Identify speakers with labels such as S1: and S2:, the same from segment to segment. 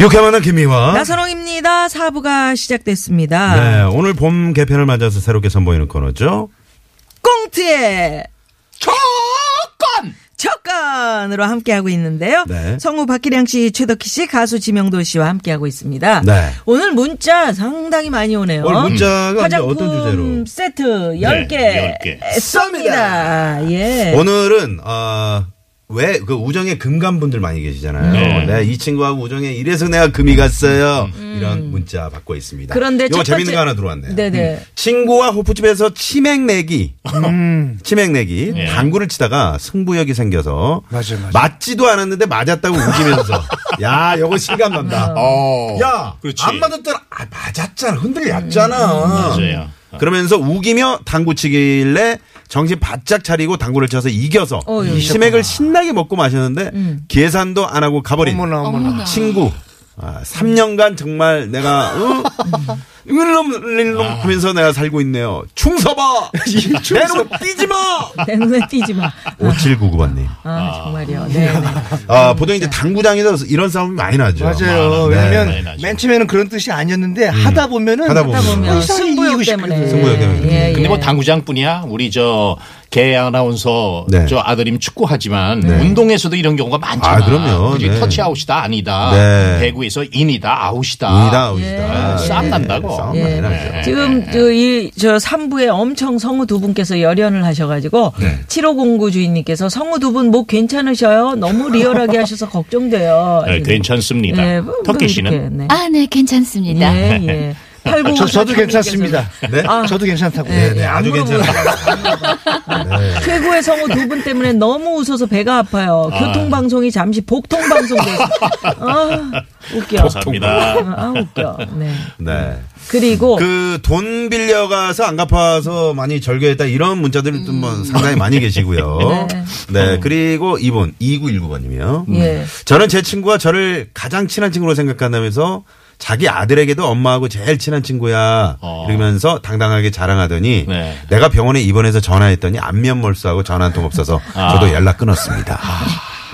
S1: 유쾌 만난 김미화.
S2: 나선홍입니다. 사부가 시작됐습니다.
S1: 어? 네, 오늘 봄 개편을 맞아서 새롭게 선보이는 코너죠.
S2: 꽁트의 조건 조건으로 함께하고 있는데요.
S1: 네.
S2: 성우 박기량 씨, 최덕희 씨, 가수 지명도 씨와 함께하고 있습니다.
S1: 네.
S2: 오늘 문자 상당히 많이 오네요.
S1: 오늘 문자가 이제
S2: 화장품
S1: 어떤 주제로?
S2: 세트 10개,
S3: 네, 10개.
S2: 쏩니다. 예.
S1: 오늘은 아 왜 그 우정의 금간 분들 많이 계시잖아요. 네.
S3: 네.
S1: 이 친구하고 우정에 이래서 내가 금이 갔어요. 이런 문자 받고 있습니다.
S2: 음. 그런데
S1: 이거
S2: 첫
S1: 재밌는
S2: 번째-
S1: 거 하나 들어왔네요.
S2: 네네.
S1: 친구와 호프집에서 치맥 내기,
S4: 음.
S1: 치맥 내기
S3: 예.
S1: 당구를 치다가 승부욕이 생겨서
S4: 맞아, 맞아.
S1: 맞지도 않았는데 맞았다고 우기면서 야, 이거 실감 난다.
S3: 어.
S1: 야,
S3: 그렇지.
S1: 안 맞았잖아. 아, 맞았잖아. 흔들렸잖아.
S3: 맞아요.
S1: 그러면서 우기며 당구 치길래 정신 바짝 차리고 당구를 쳐서 이겨서
S2: 어, 예.
S1: 치맥을 신나게 음. 먹고 마셨는데 계산도 안 하고 가버린
S4: 어머나 어머나.
S1: 친구. 아, 3년간 정말 내가 어? 일놈 일놈 하면서 내가 살고 있네요. 충서봐. 내 눈 뛰지 마.
S2: 내 눈에 띄지 마.
S1: 5799번님.
S2: 아, 정말요. 네. 네.
S1: 아, 보통 이제 당구장에서 이런 싸움이 많이 나죠.
S4: 맞아요.
S1: 네. 음.
S3: 네,
S4: 왜냐면
S3: 맞아요.
S4: 맨 처음에는 그런 뜻이 아니었는데 하다 보면은
S1: 하다 보면.
S2: 하다 보면
S4: 이상하게
S2: 승부욕
S4: 이기고
S2: 때문에.
S4: 싶거든요.
S1: 아. 승부욕 때문에.
S2: 예, 예.
S3: 근데 뭐 당구장뿐이야. 우리 저개 아나운서
S1: 네.
S3: 저 아드님 축구하지만
S4: 네.
S3: 운동에서도 이런 경우가 많잖아.
S1: 아, 그럼요.
S3: 그지?
S1: 네.
S3: 터치아웃이다 아니다.
S1: 네.
S3: 배구에서 인이다 아웃이다.
S1: 이다 오시다. 네.
S3: 아, 싸움
S1: 싸움
S3: 난다고.
S1: 많이
S2: 예.
S1: 나죠.
S2: 지금 저이저 3부에 엄청 성우 두 분께서 열연을 하셔가지고 7509 주인님께서 성우 두 분 목 괜찮으셔요? 너무 리얼하게 하셔서 걱정돼요.
S3: 네, 괜찮습니다.
S2: 예, 뭐,
S3: 터키
S2: 뭐
S3: 씨는
S2: 이렇게, 네.
S5: 아, 네, 괜찮습니다.
S2: 예, 예.
S4: 아,
S2: 89
S4: 저, 저도 괜찮습니다.
S1: 네?
S2: 아.
S4: 저도 괜찮다고.
S1: 네, 네, 아주 괜찮아요.
S2: 최고의 성우 두 분 때문에 너무 웃어서 배가 아파요. 교통방송이 잠시 복통방송 됐어요. 아, 웃겨.
S3: 감사합니다.
S2: 아, 웃겨. 네.
S1: 네.
S2: 그리고
S1: 그 돈 빌려가서 안 갚아서 많이 절교했다 이런 문자들이 좀뭐
S2: 음.
S1: 상당히 많이 계시고요. 네. 그리고 이분 2919번님이요.
S2: 어. 예.
S1: 저는 제 친구가 저를 가장 친한 친구로 생각한다면서 자기 아들에게도 엄마하고 제일 친한 친구야
S3: 어.
S1: 이러면서 당당하게 자랑하더니
S3: 네.
S1: 내가 병원에 입원해서 전화했더니 안면 몰수하고 전화 한 통 없어서
S3: 아.
S1: 저도 연락 끊었습니다.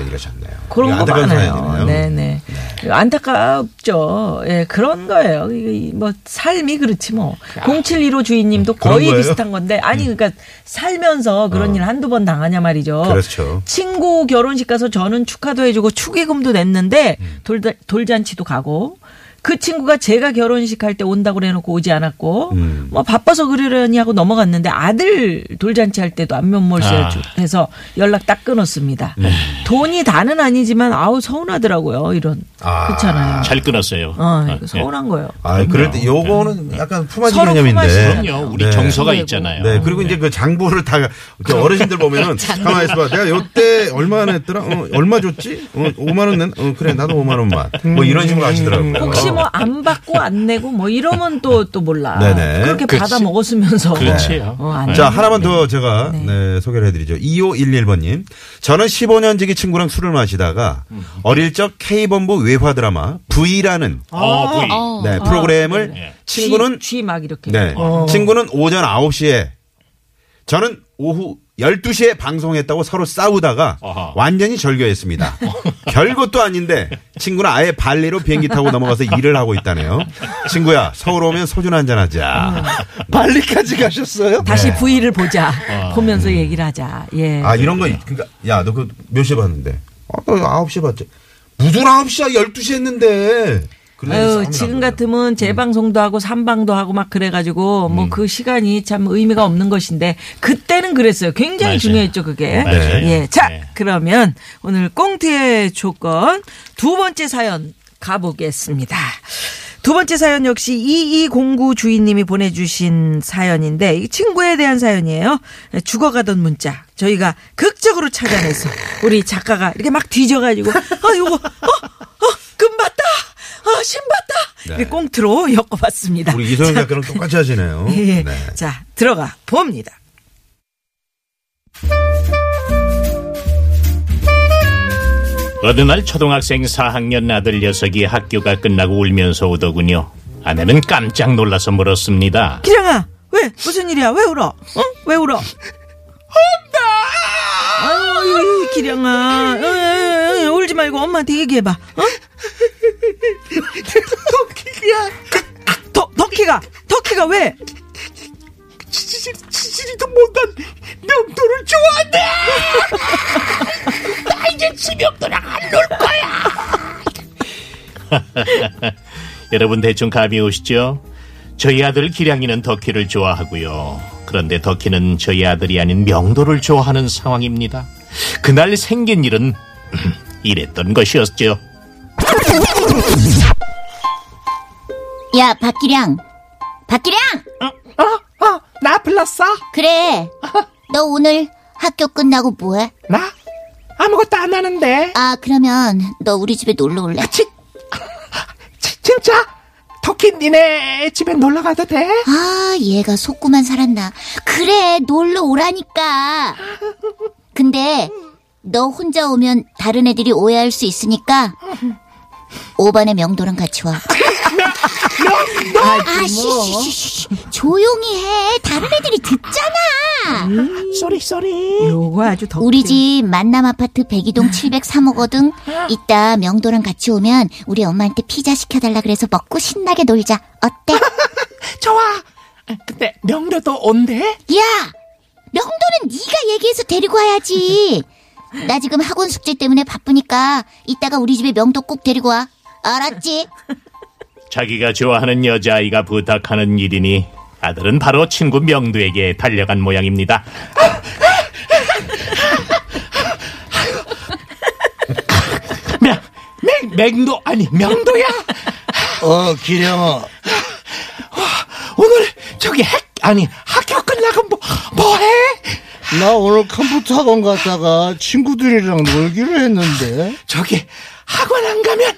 S1: 이러셨네요.
S2: 그런 거
S1: 안타까운
S2: 많아요.
S1: 사연이네요. 음.
S2: 네네. 안타깝죠. 예, 그런 거예요. 이- 이 뭐, 삶이 그렇지 뭐. 071호 주인님도
S1: 그런
S2: 거의
S1: 거예요? 음. 어.
S2: 비슷한 건데, 아니, 그러니까 살면서 그런 일 한두 번 당하냐 말이죠.
S1: 그렇죠.
S2: 친구 결혼식 가서 저는 축하도 해주고 축의금도 냈는데,
S1: 음.
S2: 돌, 돌잔치도 가고, 그 친구가 제가 결혼식 할 때 온다고 그래놓고 오지 않았고,
S1: 음.
S2: 뭐 바빠서 그러려니 하고 넘어갔는데 아들 돌잔치 할 때도 안면몰 수
S3: 아.
S2: 해서 연락 딱 끊었습니다.
S1: 네.
S2: 돈이 다는 아니지만 아우 서운하더라고요. 이런
S1: 아.
S2: 그렇잖아요.
S3: 잘 끊었어요.
S2: 어, 이거
S3: 예.
S2: 서운한 거예요.
S1: 아, 그럴 때
S3: 네.
S1: 요거는 약간 품앗이
S2: 서로 품앗이.
S1: 개념인데.
S3: 그럼요. 우리
S1: 네.
S3: 정서가 있잖아요.
S1: 네, 그리고 이제 그 장부를 다, 그 어르신들 보면은, 가만히 있어봐. 내가 요때 얼마나 했더라? 어, 얼마 줬지? 어, 5만원 낸? 어, 그래, 나도 5만원만. 뭐 이런 식으로 하시더라고요.
S2: 혹시 뭐 안 받고 안 내고 뭐 이러면 또 또 몰라.
S1: 네네.
S2: 그렇게
S3: 그렇지.
S2: 받아 먹었으면서
S3: 그렇지요.
S2: 어, 안
S1: 자, 하나만 더 제가 네, 소개를 해드리죠. 2511번님. 저는 15년 지기 친구랑 술을 마시다가 어릴 적 K본부 외화 드라마 V라는
S3: 어, 부인.
S5: 어.
S1: 네, 프로그램을
S3: 네.
S1: 친구는
S2: 쥐 막 이렇게.
S1: 네.
S2: 어.
S1: 친구는 오전 9시에 저는 오후 12시에 방송했다고 서로 싸우다가
S3: 아하.
S1: 완전히 절교했습니다. 별것도 아닌데 친구는 아예 발리로 비행기 타고 넘어가서 일을 하고 있다네요. 친구야, 서울 오면 소주 한잔
S2: 음.
S1: 하자.
S4: 발리까지 가셨어요?
S2: 다시
S3: 네.
S2: 부위를 보자.
S3: 아,
S2: 보면서 얘기를 하자. 예.
S1: 아, 이런 거, 그니까, 야, 너 그 몇 시에 봤는데? 아, 나 9시에 봤지. 무슨 9시야, 12시 했는데. 그래서
S2: 아유,
S1: 싸움이
S2: 지금
S1: 난 거예요.
S3: 음.
S2: 같으면 재방송도 하고 삼방도 하고 막 그래가지고 뭐 그 시간이 참 의미가 없는 것인데 그때는 그랬어요. 굉장히
S3: 맞아요.
S2: 중요했죠 그게.
S3: 맞아요.
S2: 예, 자
S3: 네.
S2: 그러면 오늘 꽁트의 조건 두 번째 사연 가보겠습니다. 두 번째 사연 역시 2209 주인님이 보내주신 사연인데 이 친구에 대한 사연이에요. 죽어가던 문자 저희가 극적으로 찾아내서 우리 작가가 이렇게 막 뒤져가지고 아 요거 어, 어,
S1: 네.
S2: 우리 꽁트로 엮어봤습니다.
S1: 우리 이소영
S2: 자,
S1: 작가랑 똑같이 하시네요.
S2: 예.
S1: 네.
S2: 자, 들어가 봅니다.
S3: 어느 날 초등학생 4학년 아들 녀석이 학교가 끝나고 울면서 오더군요. 아내는 깜짝 놀라서 물었습니다.
S2: 기령아, 왜 무슨 일이야? 왜 울어? 어? 왜 울어? 엄마! 아유, 이 기령아, 어, 어, 어, 울지 말고 엄마한테 얘기해봐. 어?
S4: 토끼야
S2: 더, 더키가, 더키가 왜?
S4: 지질 지질이도 못한 명도를 좋아한대.
S3: 여러분 대충 감이 오시죠? 저희 아들 기량이는 덕희를 좋아하고요. 그런데 덕희는 저희 아들이 아닌 명도를 좋아하는 상황입니다. 그날 생긴 일은 이랬던 것이었죠.
S5: 야, 박기량. 박기량!
S6: 어, 나 불렀어?
S5: 그래. 너 오늘 학교 끝나고 뭐해?
S6: 나? 아무것도 안 하는데. 아,
S5: 아, 그러면 너 우리 집에 놀러 올래?
S6: 치, 치, 진짜? 터키 니네 집에 놀러 가도 돼?
S5: 아, 얘가 속구만 살았나. 그래, 놀러 오라니까. 근데 너 혼자 오면 다른 애들이 오해할 수 있으니까
S6: 음.
S5: 5반의 명도랑 같이 와. 아,
S6: 뭐.
S5: 쉬쉬쉬쉬. 조용히 해. 다른 애들이 듣잖아.
S6: 쏘리, 쏘리.
S2: 요거 아주 덕키.
S5: 우리 집 만남 아파트 102동 703호거든. 이따 명도랑 같이 오면 우리 엄마한테 피자 시켜달라 그래서 먹고 신나게 놀자. 어때?
S6: 좋아. 근데 명료도 온대?
S5: 야! 명도는 네가 얘기해서 데리고 와야지. 나 지금 학원 숙제 때문에 바쁘니까 이따가 우리 집에 명도 꼭 데리고 와. 알았지?
S3: 자기가 좋아하는 여자아이가 부탁하는 일이니 아들은 바로 친구 명두에게 달려간 모양입니다.
S6: 명, 맹, 맹도, 아니, 명도야?
S4: 어 기령아
S6: 오늘 저기 핵, 아니, 학교 끝나고 뭐, 뭐 해?
S4: 나 오늘 컴퓨터 학원 갔다가 친구들이랑 놀기로 했는데
S6: 저기, 학원 안 가면,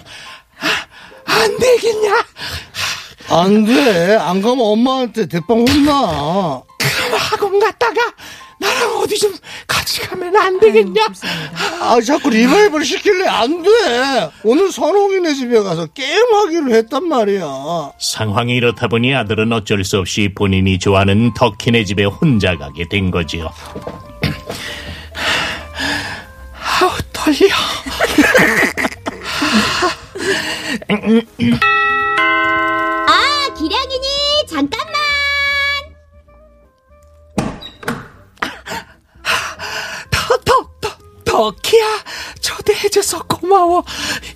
S6: 아, 안 되겠냐?
S4: 안 돼. 안 가면 엄마한테 대빵 혼나.
S6: 그럼 학원 갔다가, 나랑 어디 좀 같이 가면 안 되겠냐?
S4: 아 자꾸 리바이벌 시킬래 안 돼. 오늘 선홍이네 집에 가서 게임하기로 했단 말이야.
S3: 상황이 이렇다 보니 아들은 어쩔 수 없이 본인이 좋아하는 덕희네 집에 혼자 가게 된 거지요.
S6: 아우, 떨려.
S5: 아, 기량이니 잠깐만.
S6: 더, 더, 더, 더키야. 초대해줘서 고마워.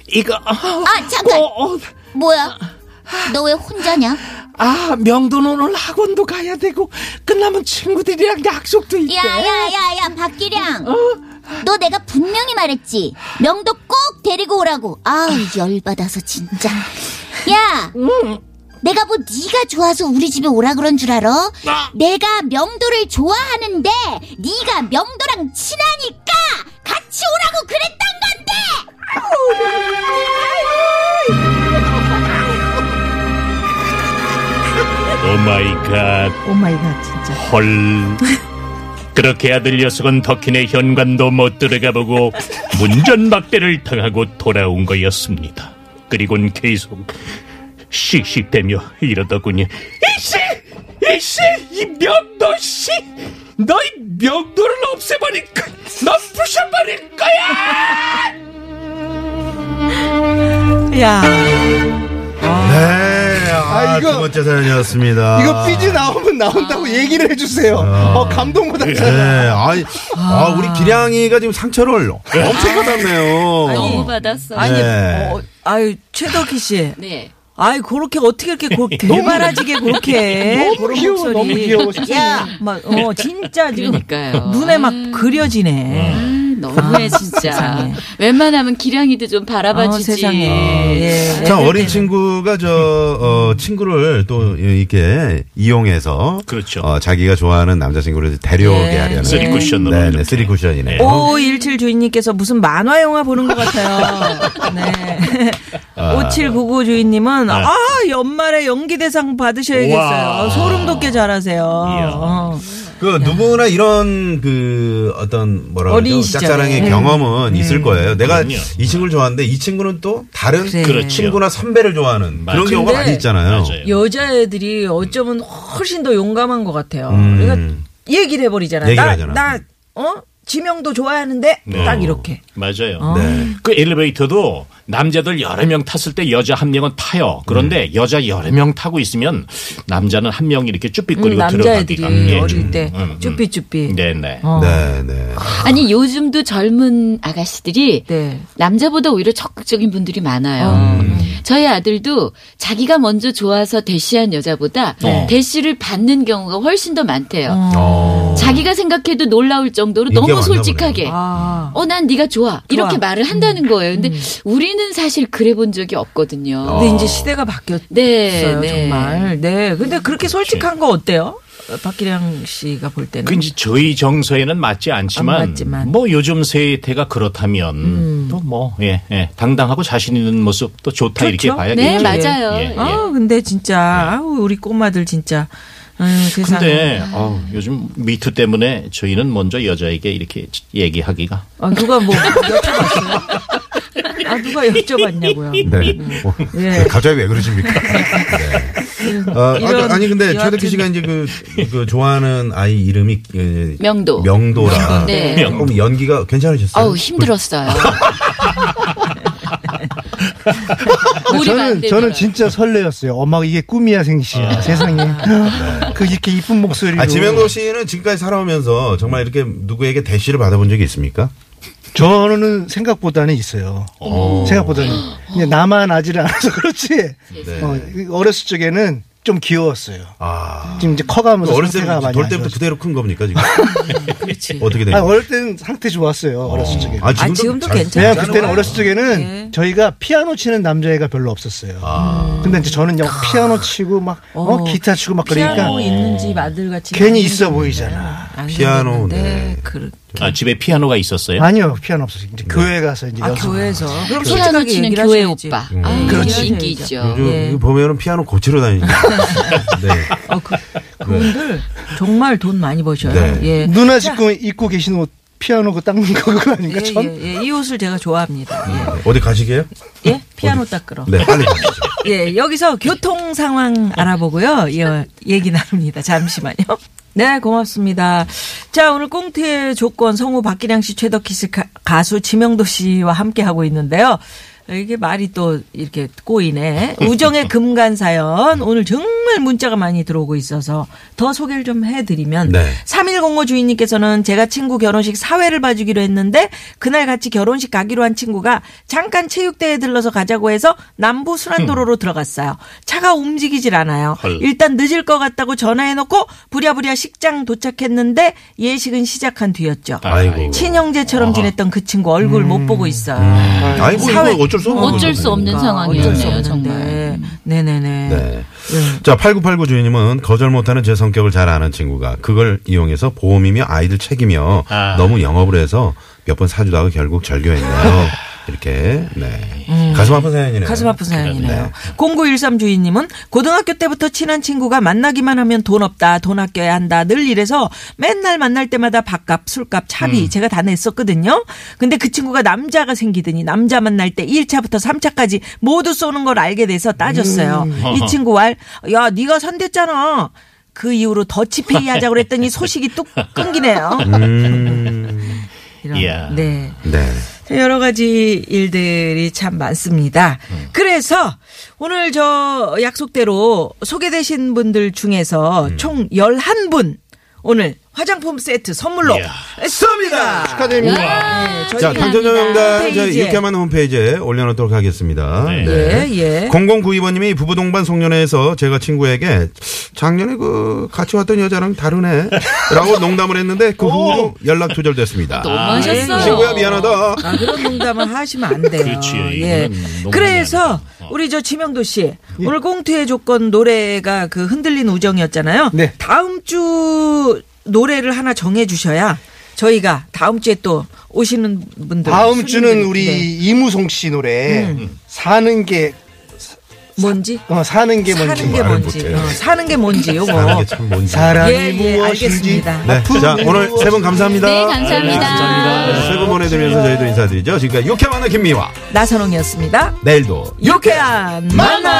S6: 이거.
S5: 아, 잠깐.
S6: 어, 어,
S5: 뭐야? 너 왜 혼자냐?
S6: 아, 명도는 오늘 학원도 가야 되고, 끝나면 친구들이랑 약속도 있대.
S5: 야야야야 박기량 어? 너 내가 분명히 말했지 명도 꼭 데리고 오라고 아 열받아서 진짜 야 내가 뭐 네가 좋아서 우리 집에 오라 그런 줄 알아? 내가 명도를 좋아하는데 네가 명도랑 친하니까 같이 오라고 그랬단 건데
S3: 오마이갓.
S2: 오 마이 갓, 진짜.
S3: 헐. 그렇게 아들 녀석은 덕hin의 현관도 못 들어가 보고 운전박대를 당하고 돌아온 거였습니다. 그리곤 계속 씩씩대며 이러더군요.
S6: 이씨! 이씨! 이 명도, 씨! 너희 명도를 없애버릴
S3: 그
S6: 거, 넌 부셔버릴 거야!
S2: 야,
S1: 네. 아,
S4: 아, 이거-
S1: 두 번째 사연이었습니다.
S4: 이거 삐지 나오면 나온다고
S7: 아.
S4: 얘기를 해주세요. 어, 감동
S1: 네.
S4: 받았잖아.
S1: 아, 아, 우리 기량이가 지금 상처를 엄청 받았네요.
S7: 너무 받았어.
S2: 아니,
S1: 네.
S2: 어, 아유, 최덕희 씨.
S7: 네.
S2: 아이, 그렇게 어떻게 이렇게 그렇게 개바라지게 그렇게.
S4: 너무
S2: 그런
S4: 귀여워,
S2: 목소리.
S4: 너무 귀여워,
S2: 야, 막, 어, 진짜 지금
S7: 그러니까요. 음.
S2: 눈에 막 그려지네.
S7: 아,
S2: 어,
S7: 너무해 진짜.
S2: 세상에.
S7: 웬만하면 기량이도 좀 바라봐
S2: 어,
S7: 주지.
S2: 세상에.
S4: 아,
S2: 예.
S1: 참 어린 친구가 저 어, 친구를 또 이렇게 이용해서
S3: 그렇죠.
S1: 어, 자기가 좋아하는 남자친구를 데려오게
S2: 예.
S1: 하려는
S3: 쓰리 쿠션으로
S1: 네, 네,
S3: 이렇게.
S1: 쓰리 쿠션이네요.
S2: 517 주인님께서 무슨 만화 영화 보는 것 같아요. 네. 5799 주인님은 아 연말에 연기대상 받으셔야겠어요.
S3: 와.
S2: 소름 돋게 잘하세요.
S3: 이야.
S2: 어.
S1: 그 누구나 이런 그 어떤 뭐라
S2: 어린
S1: 그러죠
S2: 시절에.
S1: 짝사랑의 경험은 있을 거예요. 내가
S3: 그럼요.
S1: 이 친구를 좋아하는데 이 친구는 또 다른
S2: 그래.
S3: 그렇죠.
S1: 친구나 선배를 좋아하는
S3: 맞아요.
S1: 그런 경우가 많이
S2: 근데
S1: 있잖아요.
S3: 맞아요. 음.
S2: 여자애들이 어쩌면 훨씬 더 용감한 것 같아요.
S1: 음.
S2: 그러니까 얘기를 해버리잖아.
S1: 얘기를
S2: 나,
S1: 하잖아.
S2: 나, 어? 지명도 좋아하는데 딱 이렇게. 어.
S3: 네. 맞아요.
S1: 네.
S3: 그 엘리베이터도 남자들 여러 명 탔을 때 여자 한 명은 타요. 그런데
S2: 음.
S3: 여자 여러 명 타고 있으면 남자는 한 명이 이렇게
S2: 음,
S3: 쭈삣거리고
S2: 남자애들이
S3: 들어가기가 예, 음,
S2: 어릴 때 쭈삐쭈삐.
S3: 네네.
S2: 어.
S1: 네, 네.
S7: 아니 요즘도 젊은 아가씨들이
S2: 네. 어,
S7: 남자보다 오히려 적극적인 분들이 많아요.
S2: 음.
S7: 저희 아들도 자기가 먼저 좋아서 대시한 여자보다
S3: 네.
S7: 대시를 받는 경우가 훨씬 더 많대요.
S1: 어.
S7: 자기가 생각해도 놀라울 정도로
S1: 인기가
S7: 너무
S1: 많나
S7: 솔직하게
S2: 아. 음.
S7: 어 난 네가 좋아. 이렇게 말을 한다는 거예요. 근데 우리는 사실 그래 본 적이 없거든요.
S1: 어.
S2: 근데
S3: 아.
S2: 이제 시대가 바뀌었어요,
S7: 네, 네.
S2: 정말. 네. 근데 그렇게 솔직한 거 어때요? 박기량 씨가 볼 때는.
S3: 그 이제 저희 정서에는 맞지 않지만,
S2: 안 맞지만. 음.
S3: 뭐 요즘 세태가 그렇다면 또 뭐 예, 예, 당당하고 자신 있는 모습 또 좋다 이렇게
S2: 그렇죠.
S3: 봐야겠죠.
S7: 네,
S2: 예.
S7: 맞아요.
S3: 예, 예.
S2: 아, 근데 진짜 아우, 우리 꼬마들 진짜 음, 세상에.
S3: 근데 어, 요즘 미투 때문에 저희는 먼저 여자에게 이렇게 얘기하기가
S2: 아, 누가 뭐 여쭤봤어요? 아, 누가 여쭤봤냐고요.
S1: 네. 어,
S2: 예.
S1: 네, 갑자기 왜 그러십니까? 네. 어,
S2: 이런
S1: 아, 니 근데
S2: 여하튼-
S1: 최덕기 씨가 이제 그, 그 좋아하는 아이 이름이 예,
S7: 명도.
S1: 명도라.
S7: 네.
S1: 조금 연기가 괜찮으셨어요?
S7: 어우 힘들었어요.
S4: 저는 저는
S7: 몰입 안 아, 되더라고요. 아.
S4: 진짜 설레었어요. 엄마 이게 꿈이야 생시야 세상에 그 이렇게 이쁜 목소리로
S1: 아, 지명도 씨는 지금까지 살아오면서 정말 이렇게 누구에게 대시를 받아본 적이 있습니까?
S4: 저는 생각보다는 있어요. 생각보다는 근데 나만 아질 않아서 그렇지.
S1: 네.
S4: 어, 렸을 적에는 좀 귀여웠어요.
S1: 아.
S4: 지금 이제 커가면서
S1: 어렸을
S4: 상태가
S1: 때부터
S4: 많이
S1: 돌
S4: 안
S1: 때부터
S4: 좋아져요.
S1: 그대로 큰 겁니까 지금?
S2: 그렇지.
S1: 어떻게 된
S4: 아니,
S1: 거예요?
S4: 어릴 때는 상태 좋았어요. 어렸을 적에.
S1: 아,
S2: 아, 지금도
S1: 잘-
S2: 괜찮아요.
S4: 왜냐면
S2: 잘
S4: 그때는
S2: 나와요.
S4: 어렸을 적에는
S2: 예.
S4: 저희가 피아노 치는 남자애가 별로 없었어요.
S1: 아.
S4: 근데 이제 저는 영 피아노 치고 막 어,
S2: 어,
S4: 기타 치고 막 그러니까
S2: 피아노 있는지 마들같이
S4: 괜히 있어 보이잖아.
S1: 피아노,
S2: 네.
S1: 네.
S2: 그
S3: 아, 집에 피아노가 있었어요.
S4: 아니요, 피아노 없어요. 이제 교회 가서 음. 이제
S2: 네. 아,
S4: 연습.
S2: 교회에서. 그럼
S7: 피아노
S2: 솔직하게
S7: 치는
S2: 얘기를
S7: 교회
S2: 하셔야지. 음.
S7: 오빠. 아,
S2: 그렇지.
S7: 인기 있죠.
S1: 요즘
S2: 예.
S1: 보면은 피아노 고치러 다니는. 네.
S2: 어, 그, 그분들 정말 돈 많이 버셔요.
S1: 네.
S2: 예.
S4: 누나 지금 입고 계신 옷 피아노 그 닦는 거 그거 아닌가?
S2: 예,
S4: 전
S2: 예, 예. 이 옷을 제가 좋아합니다.
S1: 네. 어디 가시게요?
S2: 예. 예? 피아노 닦으러.
S1: 네, 빨리 가시죠.
S2: 예, 여기서 교통 상황 알아보고요. 예, 얘기 나눕니다. 잠시만요. 네, 고맙습니다. 자, 오늘 꽁트의 조건 성우 박기량 씨, 최덕희 씨, 가- 가수 지명도 씨와 함께 하고 있는데요. 이게 말이 또 이렇게 꼬이네. 우정의 금간 사연. 오늘 정말 문자가 많이 들어오고 있어서 더 소개를 좀 해드리면.
S1: 네.
S2: 3105 주인님께서는 제가 친구 결혼식 사회를 봐주기로 했는데 그날 같이 결혼식 가기로 한 친구가 잠깐 체육대회 들러서 가자고 해서 남부 순환도로로 들어갔어요. 차가 움직이질 않아요.
S3: 헐.
S2: 일단 늦을 것 같다고 전화해놓고 부랴부랴 식장 도착했는데 예식은 시작한 뒤였죠.
S1: 아이고. 네.
S2: 친형제처럼 지냈던 그 친구 얼굴 못 보고 있어요.
S1: 아이고
S2: 사회-
S1: 이거 어쩔 수 없는 거잖아요.
S7: 어쩔 수 없는
S2: 어쩔 수
S7: 상황이었네요,
S2: 없는데.
S7: 정말.
S2: 네네네. 예.
S1: 네. 자, 8989 주인님은 거절 못하는 제 성격을 잘 아는 친구가 그걸 이용해서 보험이며 아이들 책이며
S3: 아.
S1: 너무 영업을 해서 몇 번 사주다가 결국 절교했네요. 이렇게, 네. 가슴 아픈 사연이네요.
S2: 가슴 아픈 사연이네요. 0913 주인님은 고등학교 때부터 친한 친구가 만나기만 하면 돈 없다, 돈 아껴야 한다, 늘 이래서 맨날 만날 때마다 밥값, 술값, 차비 제가 다 냈었거든요. 근데 그 친구가 남자가 생기더니 남자 만날 때 1차부터 3차까지 모두 쏘는 걸 알게 돼서 따졌어요. 이 친구 왈, 야, 네가 선댔잖아. 그 이후로 더치페이 하자고 그랬더니 소식이 뚝 끊기네요.
S1: 음.
S2: 이런,
S3: 이야.
S2: 네.
S1: 네.
S2: 여러 가지 일들이 참 많습니다. 그래서 오늘 저 약속대로 소개되신 분들 중에서 총 11분 오늘 화장품 세트 선물로
S3: 이야.
S2: 쏩니다. 네,
S4: 축하드립니다.
S1: 자, 그- 당첨자 명단 저희
S2: 홈페이지에.
S1: 유쾌한 홈페이지에 올려놓도록 하겠습니다.
S3: 네.
S2: 예, 예.
S1: 0092번님이 부부 동반 송년회에서 제가 친구에게 작년에 그 같이 왔던 여자랑 다르네 라고 농담을 했는데 그 후로 연락 조절됐습니다.
S7: 아, 너무하셨어요.
S1: 친구야 미안하다.
S2: 아, 그런 농담을 하시면 안 돼요.
S3: 그렇지.
S2: 예.
S3: 이거는 너무
S2: 그래서
S3: 미안하다. 어.
S2: 우리 저 지명도 씨
S4: 예.
S2: 오늘 꽁트의 조건 노래가 그 흔들린 우정이었잖아요.
S4: 네.
S2: 다음 주 노래를 하나 정해 주셔야 저희가 다음 주에 또 오시는 분들
S4: 다음 주는
S2: 손님들,
S4: 우리
S2: 네.
S4: 이무송 씨 노래 사는 게
S2: 뭔지?
S4: 어, 사는 게 뭔지.
S2: 사는 게
S1: 말을
S2: 뭔지.
S1: 못해요.
S2: 어, 사는 게 뭔지
S1: 사는
S2: 요거.
S1: 게 참 뭔지.
S4: 사랑이
S2: 예, 예,
S4: 무엇인지.
S2: 알겠습니다.
S1: 네. 자, 오늘 세 분 감사합니다.
S7: 네, 감사합니다.
S1: 네, 세분 보내드리면서 저희도 인사드리죠. 지금까지 유쾌한 만화 김미화.
S2: 나선홍이었습니다.
S1: 내일도
S2: 유쾌한 만남!